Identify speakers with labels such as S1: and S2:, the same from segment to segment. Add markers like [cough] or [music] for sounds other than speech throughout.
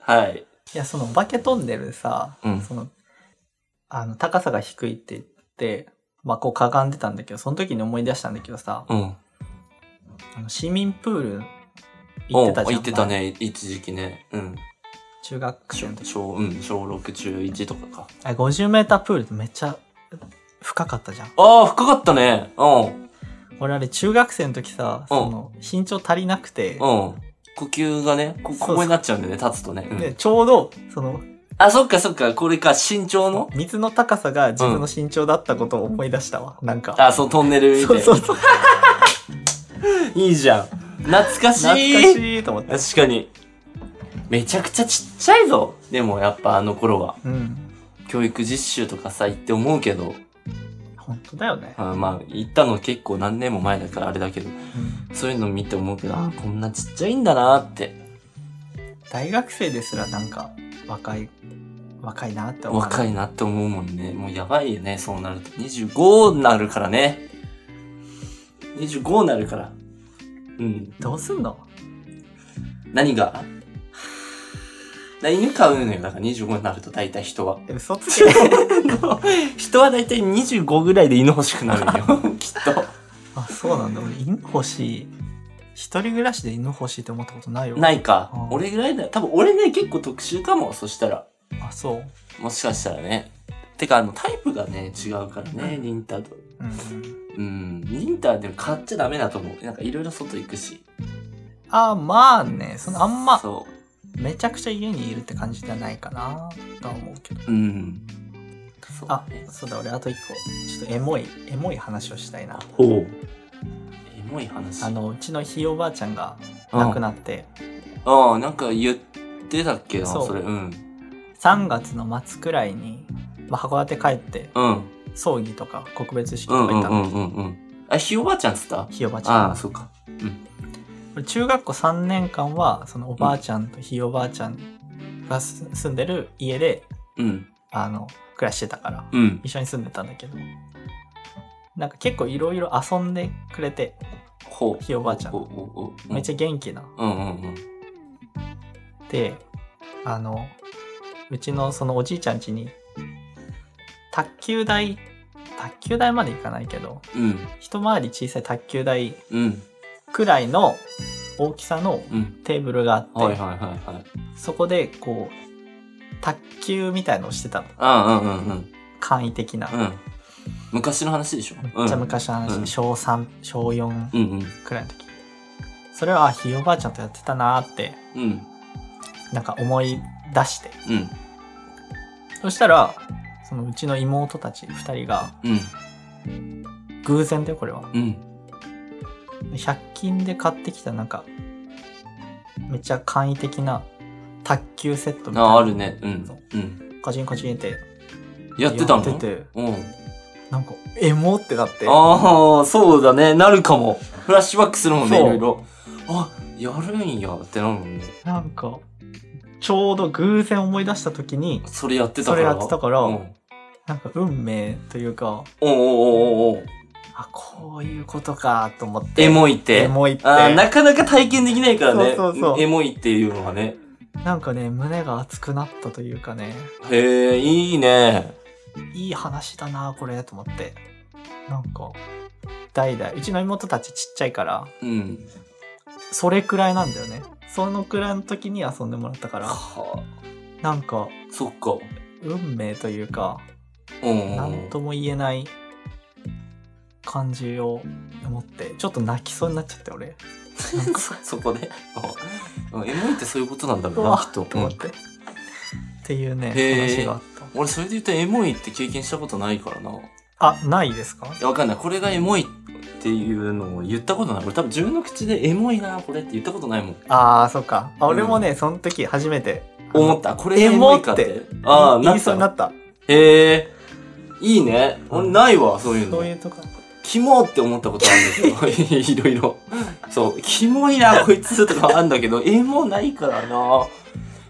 S1: はい。
S2: いや、そのお化けトンネルさ、
S1: うん
S2: その、あの、高さが低いって言って、まあ、こうかがんでたんだけど、その時に思い出したんだけどさ、
S1: うん。
S2: あの市民プール行ってた
S1: お
S2: じゃん。
S1: 行ってたね、一時期ね。うん。
S2: 前。中学生の時。
S1: 小、うん、小6、中1とかか。
S2: あれ、50メータープールってめっちゃ深かったじゃん。
S1: ああ、深かったね。うん。
S2: 俺あれ、中学生の時さ、
S1: うん
S2: その、身長足りなくて、
S1: うん。呼吸がね、こ、
S2: そう
S1: ここになっちゃうんだよね、立つとね。うん
S2: で、ちょうど、その、
S1: あ、そっかそっか、これか、身長の
S2: 水の高さが自分の身長だったことを思い出したわ。なんか。
S1: あ、そう、トンネル見て。
S2: そうそうそう。
S1: いいじゃん。懐かしい。
S2: 懐かしいと思って。
S1: 確かに。めちゃくちゃちっちゃいぞ。でもやっぱあの頃は。
S2: うん。
S1: 教育実習とかさ、行って思うけど。
S2: 本当だよね。
S1: あまあ、行ったの結構何年も前だからあれだけど。
S2: うん
S1: そういうの見て思うけど、あこんなちっちゃいんだなって。
S2: 大学生ですらなんか、若い、若いなって思う。
S1: 若いなって思うもんね。もうやばいよね、そうなると。25になるからね。25になるから。うん。
S2: どうすんの
S1: 何がだ犬飼うのよ。だから25になると大体人は。
S2: え嘘つけ。
S1: [laughs] 人は大体25ぐらいで犬欲しくなるよ。 [laughs] きっと。
S2: あ、そうなんだ。俺、犬欲しい。一人暮らしで犬欲しいって思ったことないよ。。
S1: ないいか
S2: あ。ー
S1: 俺ぐらいだよ。多分俺ね、結構特殊かも。そしたら。
S2: あ、そう。
S1: もしかしたらね。てか、あの、タイプがね、違うからね、リンタと。
S2: うんうん。
S1: うん。リンタはでも買っちゃダメだと思う。なんかいろいろ外行くし。
S2: あ、まあね、そのあんま、
S1: そ
S2: めちゃくちゃ家にいるって感じじゃないかな、とは思うけど。
S1: う。うん。そう
S2: あ
S1: ね、
S2: そうだ、俺、あと一個、ちょっとエモい、エモい話をしたいな。
S1: ほう。エモい話。
S2: あの、うちのひいおばあちゃんが
S1: うん
S2: 亡くなって、
S1: ああ、なんか言ってたっけな、
S2: そう
S1: それ。うん。
S2: 3月の末くらいに、まあ、函館帰って、
S1: うん。
S2: 葬儀とか告別式
S1: う
S2: と
S1: ん
S2: か
S1: うん
S2: 行った
S1: う
S2: の。
S1: んうんうん。あ、ひいおばあちゃんっつった
S2: ひいおばあちゃん。
S1: ああ、そうか。
S2: 俺中学校3年間はそのおばあちゃんとひいおばあちゃんがす住んでる家で
S1: うん。
S2: あの暮らしてたから
S1: うん。
S2: 一緒に住んでたんだけどなんか結構いろいろ遊んでくれて
S1: ほう。
S2: ひいおばあちゃん
S1: おおお
S2: めっ
S1: ゃ。
S2: ちゃ元気な
S1: うんうんうん。
S2: であのうちのそのおじいちゃん家に卓球台卓球台まで行かないけど
S1: うん。
S2: 一回り小さい卓球台
S1: うん。
S2: くらいの大きさの
S1: うん。
S2: テーブルがあって、
S1: はいはいはいはい。
S2: そこでこう卓球みたいのをしてたの
S1: ああ、うんうんうん。
S2: 簡易的な、
S1: うん。昔の話でしょ
S2: めっちゃ昔の話、
S1: うん
S2: 小3小4
S1: うんうん。
S2: くらいの時それはあひいおばあちゃんとやってたなーって
S1: うん。
S2: なんか思い出して
S1: うん。
S2: そしたらそのうちの妹たち2人が
S1: うん。
S2: 偶然だよこれは
S1: うん。
S2: 100均で買ってきたなんかめっちゃ簡易的な卓球セットみたいな
S1: ああ、あるね。うん
S2: そう。
S1: うん。
S2: カチンカチンって
S1: やってたの
S2: やってて
S1: うん。
S2: なんかエモってなって
S1: ああ、そうだね。なるかも。フラッシュバックするもんね、い
S2: そう
S1: ろいろ。あ、やるんや、ってなるもんね。
S2: なんかちょうど偶然思い出した時に
S1: それやってたから。
S2: それやってたから
S1: うん。
S2: なんか運命というか
S1: おうおうおうおうおう
S2: あこういうことかと思って
S1: エモいって。
S2: エモいって
S1: あーなかなか体験できないからね。
S2: そうそうそう
S1: エモいっていうのがね。
S2: なんかね胸が熱くなったというかね
S1: へえ、いいね。
S2: いい話だなこれと思ってなんか代々うちの妹たちちっちゃいから
S1: うん。
S2: それくらいなんだよねそのくらいの時に遊んでもらったから
S1: は
S2: なん
S1: あ、
S2: か
S1: そっか。
S2: 運命というか
S1: うん。
S2: 何とも言えない感じを持ってちょっと泣きそうになっちゃって俺なんか
S1: [laughs] そこで。うんうんエモいってそういうことなんだろ
S2: う
S1: うな、
S2: わっ
S1: きっと。
S2: と思ってっていうね
S1: へえ
S2: 話があった
S1: 俺、それで言うとエモいって経験したことないからな。い
S2: あないですか
S1: や、わかんない。これがエモいっていうのを言ったことない。俺多分自分の口でエモいな、これって言ったことないもん。
S2: ああそっかあ
S1: うん
S2: 俺もね、その時初めて
S1: 思った。これエモいかって。
S2: エモって
S1: ああ、
S2: 言
S1: ないっ
S2: そ
S1: た
S2: うにな。った
S1: へえ。いいね。俺ないわ、そういうの。
S2: そういうとこ
S1: キモって思ったことあるんですよ。 [laughs] いろいろ。そう、キモいな、こいつとかはあるんだけど、エモないからな。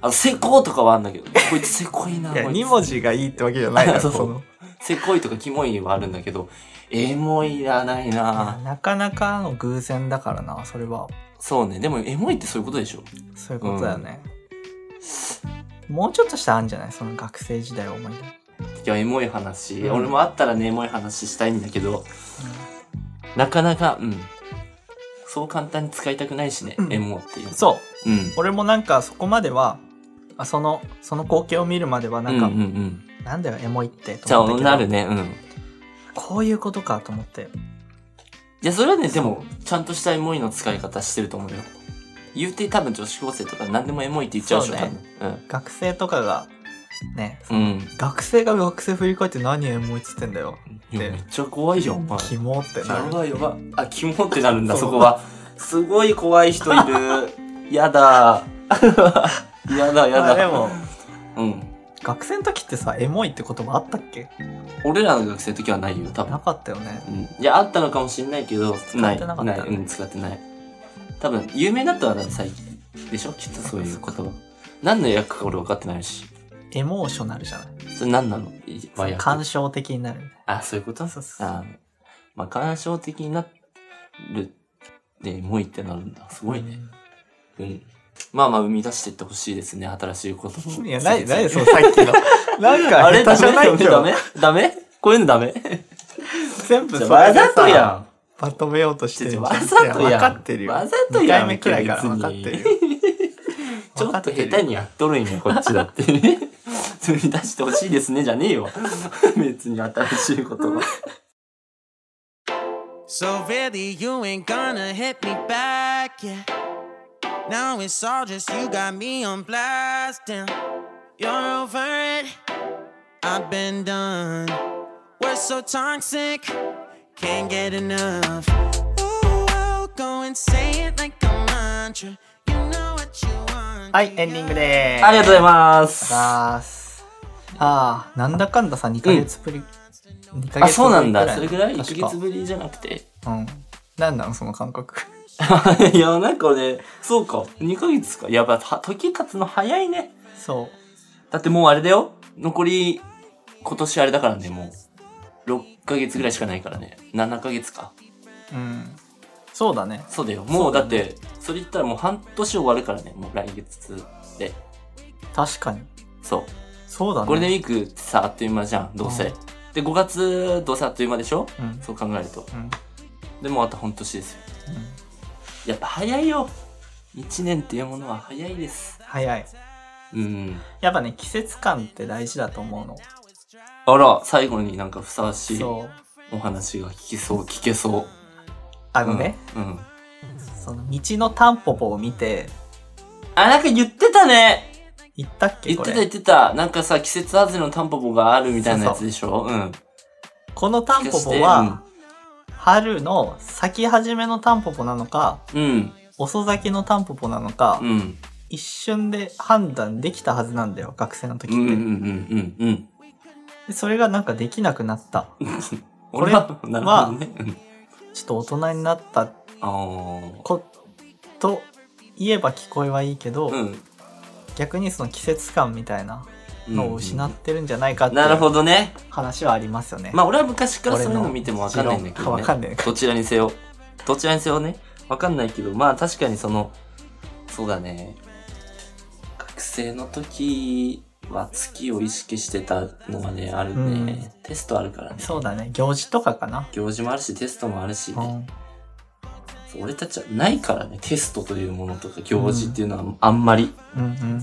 S1: あの、セコとかはあるんだけど、こいつセコいな、
S2: いや
S1: こいつ
S2: 2文字がいいってわけじゃないから
S1: あそ
S2: [laughs] そうの
S1: セコいとかキモいはあるんだけど、エモいらないな。
S2: なかなかの偶然だからなそれは
S1: そうね、でもエモいってそういうことでしょ。
S2: そういうことだよね、もうちょっとしたらあるんじゃないその学生時代を思い出
S1: いやエモい話、
S2: うん
S1: 俺もあったらねエモい話したいんだけどなかなかうんそう簡単に使いたくないしね、
S2: うん
S1: エモっていう
S2: そう
S1: ううん
S2: 俺もなんかそこまではあそのその光景を見るまではなんか、
S1: うんうんうん
S2: なんだよエモいって
S1: じゃ
S2: と思
S1: あ
S2: ったけど
S1: なるねうん
S2: こういうことかと思って
S1: いや、それはね、でも、ちゃんとしたエモいの使い方してると思うよ。言うて多分女子高生とか何でもエモいって言っちゃうでしょ、
S2: そうね
S1: 多分。
S2: 学生とかがね
S1: うん。
S2: 学生が学生振り返って何エモいっつってんだよ
S1: うん。いや
S2: で
S1: めっちゃ怖いよ、お前。
S2: キモってな
S1: や
S2: る
S1: ばいやばい。あ、キモってなるんだ、
S2: そ
S1: そうこは。すごい怖い人いる。
S2: [laughs]
S1: やだ。やだ、や
S2: まあで
S1: だ。
S2: も
S1: うん。
S2: 学生の時ってさエモいって言葉あったっけ
S1: 俺らの学生の時はないよ、多分
S2: な。かったよね
S1: うん。いや、あったのかもしれないけど、
S2: 使ってなかった
S1: い。いうん、使ってない。多分、有名だったら最近。でしょきっとそういう言葉。何の役か俺分かってないし。
S2: エモーショナルじゃない
S1: それ何なの和訳
S2: 感傷的になる
S1: あ、そういうこと
S2: そうそう
S1: あまあ、感傷的になるで、もういってなるんだ。すごいね。うん。まあまあ、生み出していってほしいですね。新しいこと
S2: う
S1: も。
S2: んいやない
S1: そう
S2: な
S1: で
S2: い
S1: す
S2: そ
S1: ね
S2: のさっ
S1: [laughs]
S2: きのなんか
S1: あれ、
S2: 下手じゃない
S1: ダ
S2: ん
S1: メ
S2: だ
S1: ダ
S2: よ
S1: メダメこういうのダメ
S2: 全部それでさ
S1: わざとやん。
S2: まとめようとしてるじゃん
S1: わざとやん。
S2: い分かってるよ
S1: わざとやん。
S2: 2回目くらいから分かってる
S1: 別
S2: よ
S1: にちょっと下手にやっとるんや、こっちだ
S2: [laughs]
S1: って。それに出してほしいですね、じゃねえよ。別に新しいことは。
S3: So really, you ain't gonna hit me back, yeah. Now it's all just you got me on blast, damn. You're over it, I've been done. We're so toxic, can't get enough. Ooh, I'll go and say it like a mantra. You know what you want.
S2: はいエンディングでーす
S1: ありがとうございます。
S2: ざーすあーなんだかんださ2ヶ月ぶり、二ヶ月ぶり
S1: あ、そうなんだ。そ
S2: く
S1: れ
S2: い
S1: ぐらい
S2: 確
S1: ?1
S2: か
S1: ヶ月ぶりじゃなくて。
S2: うんなんなのその感覚 [laughs]
S1: いや、なんかね、そうか。2ヶ月か。やっぱ、は時経つの早いね。
S2: そ
S1: だってもうあれだよ。残り、今年あれだからね、もう。6ヶ月ぐらいしかないからね。7ヶ月か。
S2: ううんそうだね
S1: そうだよ。もうだって、それ言ったらもう半年終わるからね。もう来月で。
S2: 確かに
S1: そう。
S2: そうだね
S1: ゴールデンウィークってさ、あっという間じゃん。どうせ。
S2: うん
S1: で、5月、どうせあっという間でしょ
S2: うん
S1: そう考えると。
S2: うん
S1: でもうあと半年ですよ。
S2: うん
S1: やっぱ早いよ。1年っていうものは早いです。
S2: 早い
S1: うん。
S2: やっぱね季節感って大事だと思うの
S1: あら、最後になんかふさわしい
S2: そう
S1: お話が聞けそう、聞けそう。
S2: あ
S1: あ
S2: のね、。
S1: うん。
S2: その道のタンポポを見て
S1: あ、なんか言ってたね
S2: 行ったっけ
S1: 言っ
S2: こ
S1: て
S2: れ
S1: た言ってた。なんかさ、季節外れのタンポポがあるみたいなやつでしょうん。
S2: このタンポポは、春の咲き始めのタンポポなのか
S1: うん。
S2: 遅咲きのタンポポなのか、
S1: うん。
S2: 一瞬で判断できたはずなんだよ学生の時
S1: う
S2: って、
S1: んうんうんうんうん。
S2: でそれがなんかできなくなったこ
S1: 俺
S2: れ
S1: は、なるほどね。うん
S2: ちょっと大人になった
S1: あー
S2: こと言えば聞こえはいいけど、
S1: うん。
S2: 逆にその季節感みたいなのを失
S1: っ
S2: ってるんじゃないかってい
S1: なる
S2: う
S1: ほどね。
S2: 話はありますよね、
S1: まあ俺は昔からそういうの見ても [laughs] わかんないんだけど
S2: 俺
S1: ね。
S2: の持論わかんない
S1: どちらにせよ。どちらにせよね。わかんないけど、まあ確かにその、そうだね。学生の時は月を意識してたのがね、あるね。
S2: うん
S1: テストあるからね。
S2: そうだね行事とかかな、
S1: 行事もあるし、テストもあるし
S2: う
S1: ね。
S2: ん、
S1: そう俺たちはないからね、テストというものとか行事っていうのはあんまり。
S2: うんうん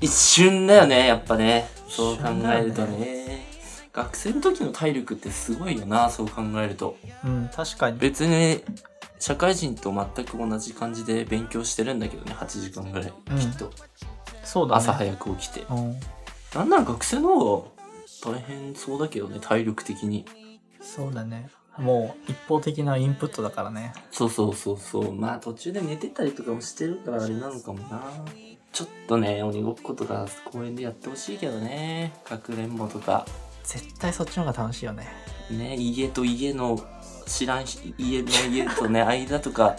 S1: 一瞬だよね、やっぱね。そう考えると
S2: 一瞬
S1: ね。学生の時の体力ってすごいよな、そう考えると。
S2: うん確かに
S1: 別に社会人と全く同じ感じで勉強してるんだけどね8時間ぐらい、
S2: うん
S1: きっと
S2: そうだね
S1: 朝早く起きて
S2: うん
S1: なんなら学生の方が大変そうだけどね体力的に
S2: そうだねもう一方的なインプットだからね
S1: そうそうそうそうまあ途中で寝てたりとかもしてるからあれなのかもなちょっとね鬼ごっことか公園でやってほしいけどねかくれんぼとか
S2: 絶対そっちの方が楽しいよね
S1: ね家と家の知らん人家の家とね [laughs] 間とか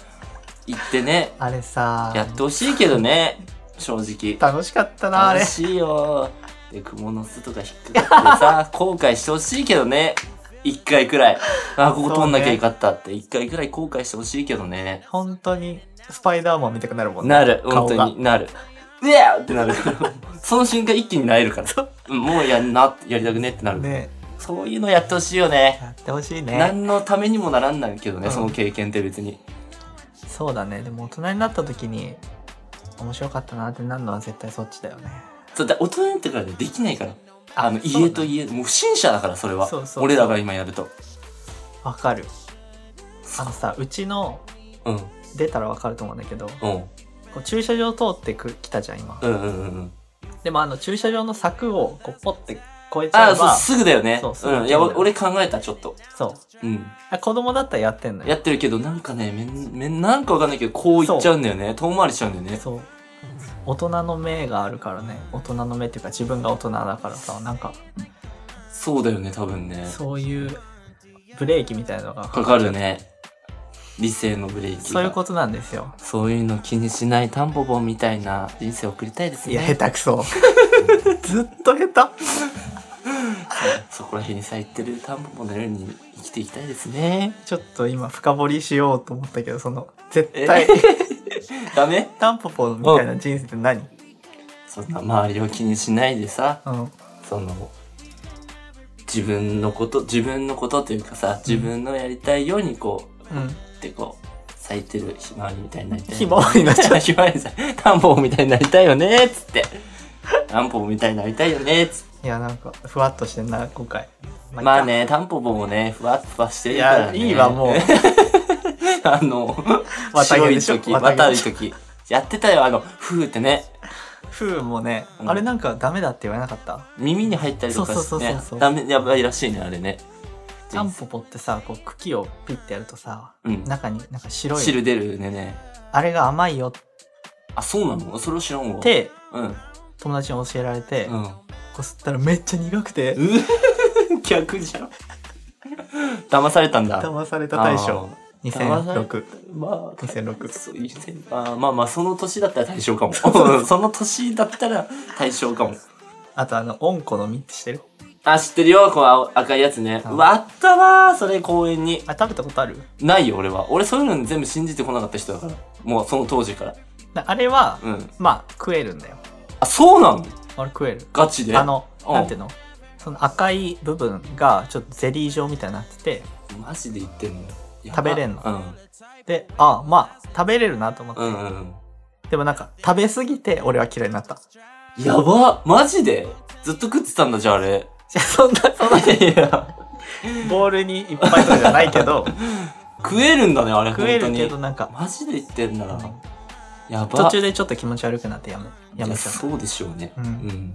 S1: 行ってね
S2: あれさ
S1: やってほしいけどね正直
S2: 楽しかったなあれ
S1: 楽しいよで蜘蛛の巣とか引っかかって
S2: [laughs]
S1: さ後悔してほしいけどね一回くらいあここ
S2: そう
S1: 通ん
S2: ね
S1: なきゃよかったって一回くらい後悔してほしいけどね
S2: 本当にスパイダーマン見たくなるもんね
S1: なる
S2: 顔
S1: 本
S2: が
S1: 当になるうわーって
S2: [laughs]
S1: なるから、その瞬間一気に萎えるから、うんもうやんな、やりたくねってなる。
S2: ね
S1: そういうのやってほしいよね。
S2: やってほしいね
S1: 何のためにもならんないけどね、
S2: うん
S1: その経験って別に。
S2: そうだねでも大人になった時に面白かったなってなるのは絶対そっちだよね
S1: そうだって大人になってからねできないから。あの、
S2: そう
S1: 家と家、もう不審者だから、それは。
S2: そうそう
S1: 俺らが今やると。
S2: わかるあのさうちの
S1: うん。
S2: 出たらわかると思うんだけど
S1: うん。
S2: こう駐車場通ってく来たじゃん今
S1: うんうんうんうん。
S2: でもあの駐車場の柵をこうポッて越えちゃ
S1: あ
S2: え
S1: あ、そう、
S2: ば
S1: すぐだよね。
S2: そうすぐ
S1: うん。いや、お俺考えた、ちょっと。
S2: そう
S1: うん。
S2: あ子供だったらやってんのよ
S1: やってるけど、なんかね、めん、めん、なんかわかんないけど、こういっちゃうんだよね。遠回りしちゃうんだよね。
S2: そう大人の目があるからね大人の目っていうか自分が大人だからさなんか
S1: そうだよね、多分ね。
S2: そういうブレーキみたいなのが
S1: かかるね。理性のブレーキが。
S2: そういうことなんですよ
S1: そういうの気にしないタンポポみたいな人生を送りたいです
S2: い
S1: ね。
S2: や下手く [laughs] そずっと下手
S1: [laughs] そこら辺に咲いてるタンポポのように生きていきたいですね。
S2: ちょっと今深掘りしようと思ったけどその絶対
S1: ダメ
S2: [laughs] タンポポみたいな人生って何
S1: そんな周りを気にしないでさ、
S2: うん
S1: その、自分のこと、自分のことというかさ、自分のやりたいようにこう、
S2: うん
S1: ってこう、咲いてるひまわりみたいになりたい。
S2: ひまわりになっちゃ
S1: [laughs]
S2: う
S1: ひまわりさ、タンポポみたいになりたいよねっつって。タンポポみたいになりたいよねっつって。
S2: いやなんかふわっとしてんな今回ま
S1: ま
S2: い
S1: あ
S2: いか
S1: ね、タンポポもね、ふわっふわして
S2: い
S1: るから、
S2: や
S1: ね。
S2: いいわもう
S1: [laughs] あ
S2: [laughs]
S1: の、
S2: 綿
S1: 白
S2: 毛
S1: い
S2: でしょ
S1: 時、
S2: 綿毛
S1: 渡
S2: で
S1: る
S2: しょ
S1: 時。やってたよ、あの、ふーってね。
S2: ふうもね、
S1: うん
S2: あれなんかダメだって言われなかった
S1: 耳に入ったりとかして
S2: そうそうそ
S1: ね
S2: うそ。う
S1: ダメ、やばいらしいね、あれね。
S2: タンポポってさこう茎をピッてやるとさ
S1: うん。
S2: 中になんか白い
S1: 汁出るねね。
S2: あれが甘いよっ
S1: あ、そうなのそれを知らんわ。、
S2: て
S1: うん。うん。
S2: 友達に教えられて、こう吸ったらめっちゃ苦くて
S1: 逆じゃん。 [laughs] 騙されたんだ。
S2: 騙された大賞
S1: あー騙され
S2: 2006
S1: まあ、
S2: 2006
S1: そういう線あーまあまあ、その年だったら対象かも。 [laughs] その年だったら対象かも。
S2: あとあの「温子の実」って知ってる
S1: あ、知ってるよ、この青赤いやつね。
S2: うん
S1: うわ、あったわー、それ公園に。
S2: あ食べたことある
S1: ないよ、俺は。俺そういうの全部信じてこなかった人だから。もうその当時から。
S2: なあれは、
S1: うん。
S2: まあ食えるんだよ
S1: あ、そうなの
S2: あれ食える
S1: ガチで。
S2: あ、の
S1: うん
S2: なんていうのその赤い部分がちょっとゼリー状みたいになってて
S1: マジで言ってんのやば
S2: 食べれんの
S1: うん。
S2: であまあ食べれるなと思って、
S1: うんうん
S2: でもなんか食べ過ぎて俺は嫌いになった
S1: うん。やばマジでずっと食ってたんだ、じゃああれ。
S2: じゃ [laughs] そんなそんない
S1: や。
S2: ボールにいっぱいとかじゃない
S1: [laughs]
S2: けど
S1: 食えるんだね、あれ、
S2: 食えるけど
S1: 本
S2: なんか
S1: 当に。マジで言ってんなら。やば
S2: 途中でちょっと気持ち悪くなってやめやめちゃった
S1: そうでしょうね。
S2: うん
S1: うん。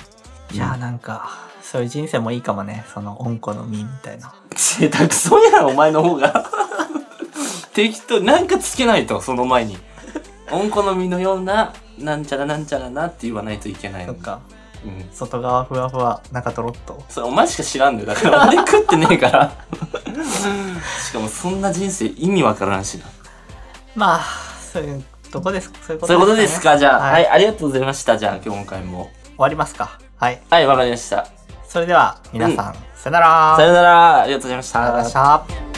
S2: いやーなんかそういう人生もいいかもねその温子の実みたいな
S1: 下手くそやんお前の方が [laughs] 適当なんかつけないとその前に温子の実のようななんちゃらなんちゃらなって言わないといけない
S2: そ
S1: の
S2: っか
S1: うん、
S2: 外側ふわふわ中とろっと
S1: それお前しか知らんのよだから俺食ってねえから [laughs] しかもそんな人生意味わからんしな
S2: まあそういうとこですそういうこ
S1: そういうことですか
S2: ね
S1: じゃあは、
S2: はいい
S1: ありがとうございましたじゃあ今回も
S2: 終わりますかはい
S1: はいわかりました
S2: それでは皆さん、さよなら
S1: さよならありがとうございまし
S2: ありがとうござい
S1: た
S2: ました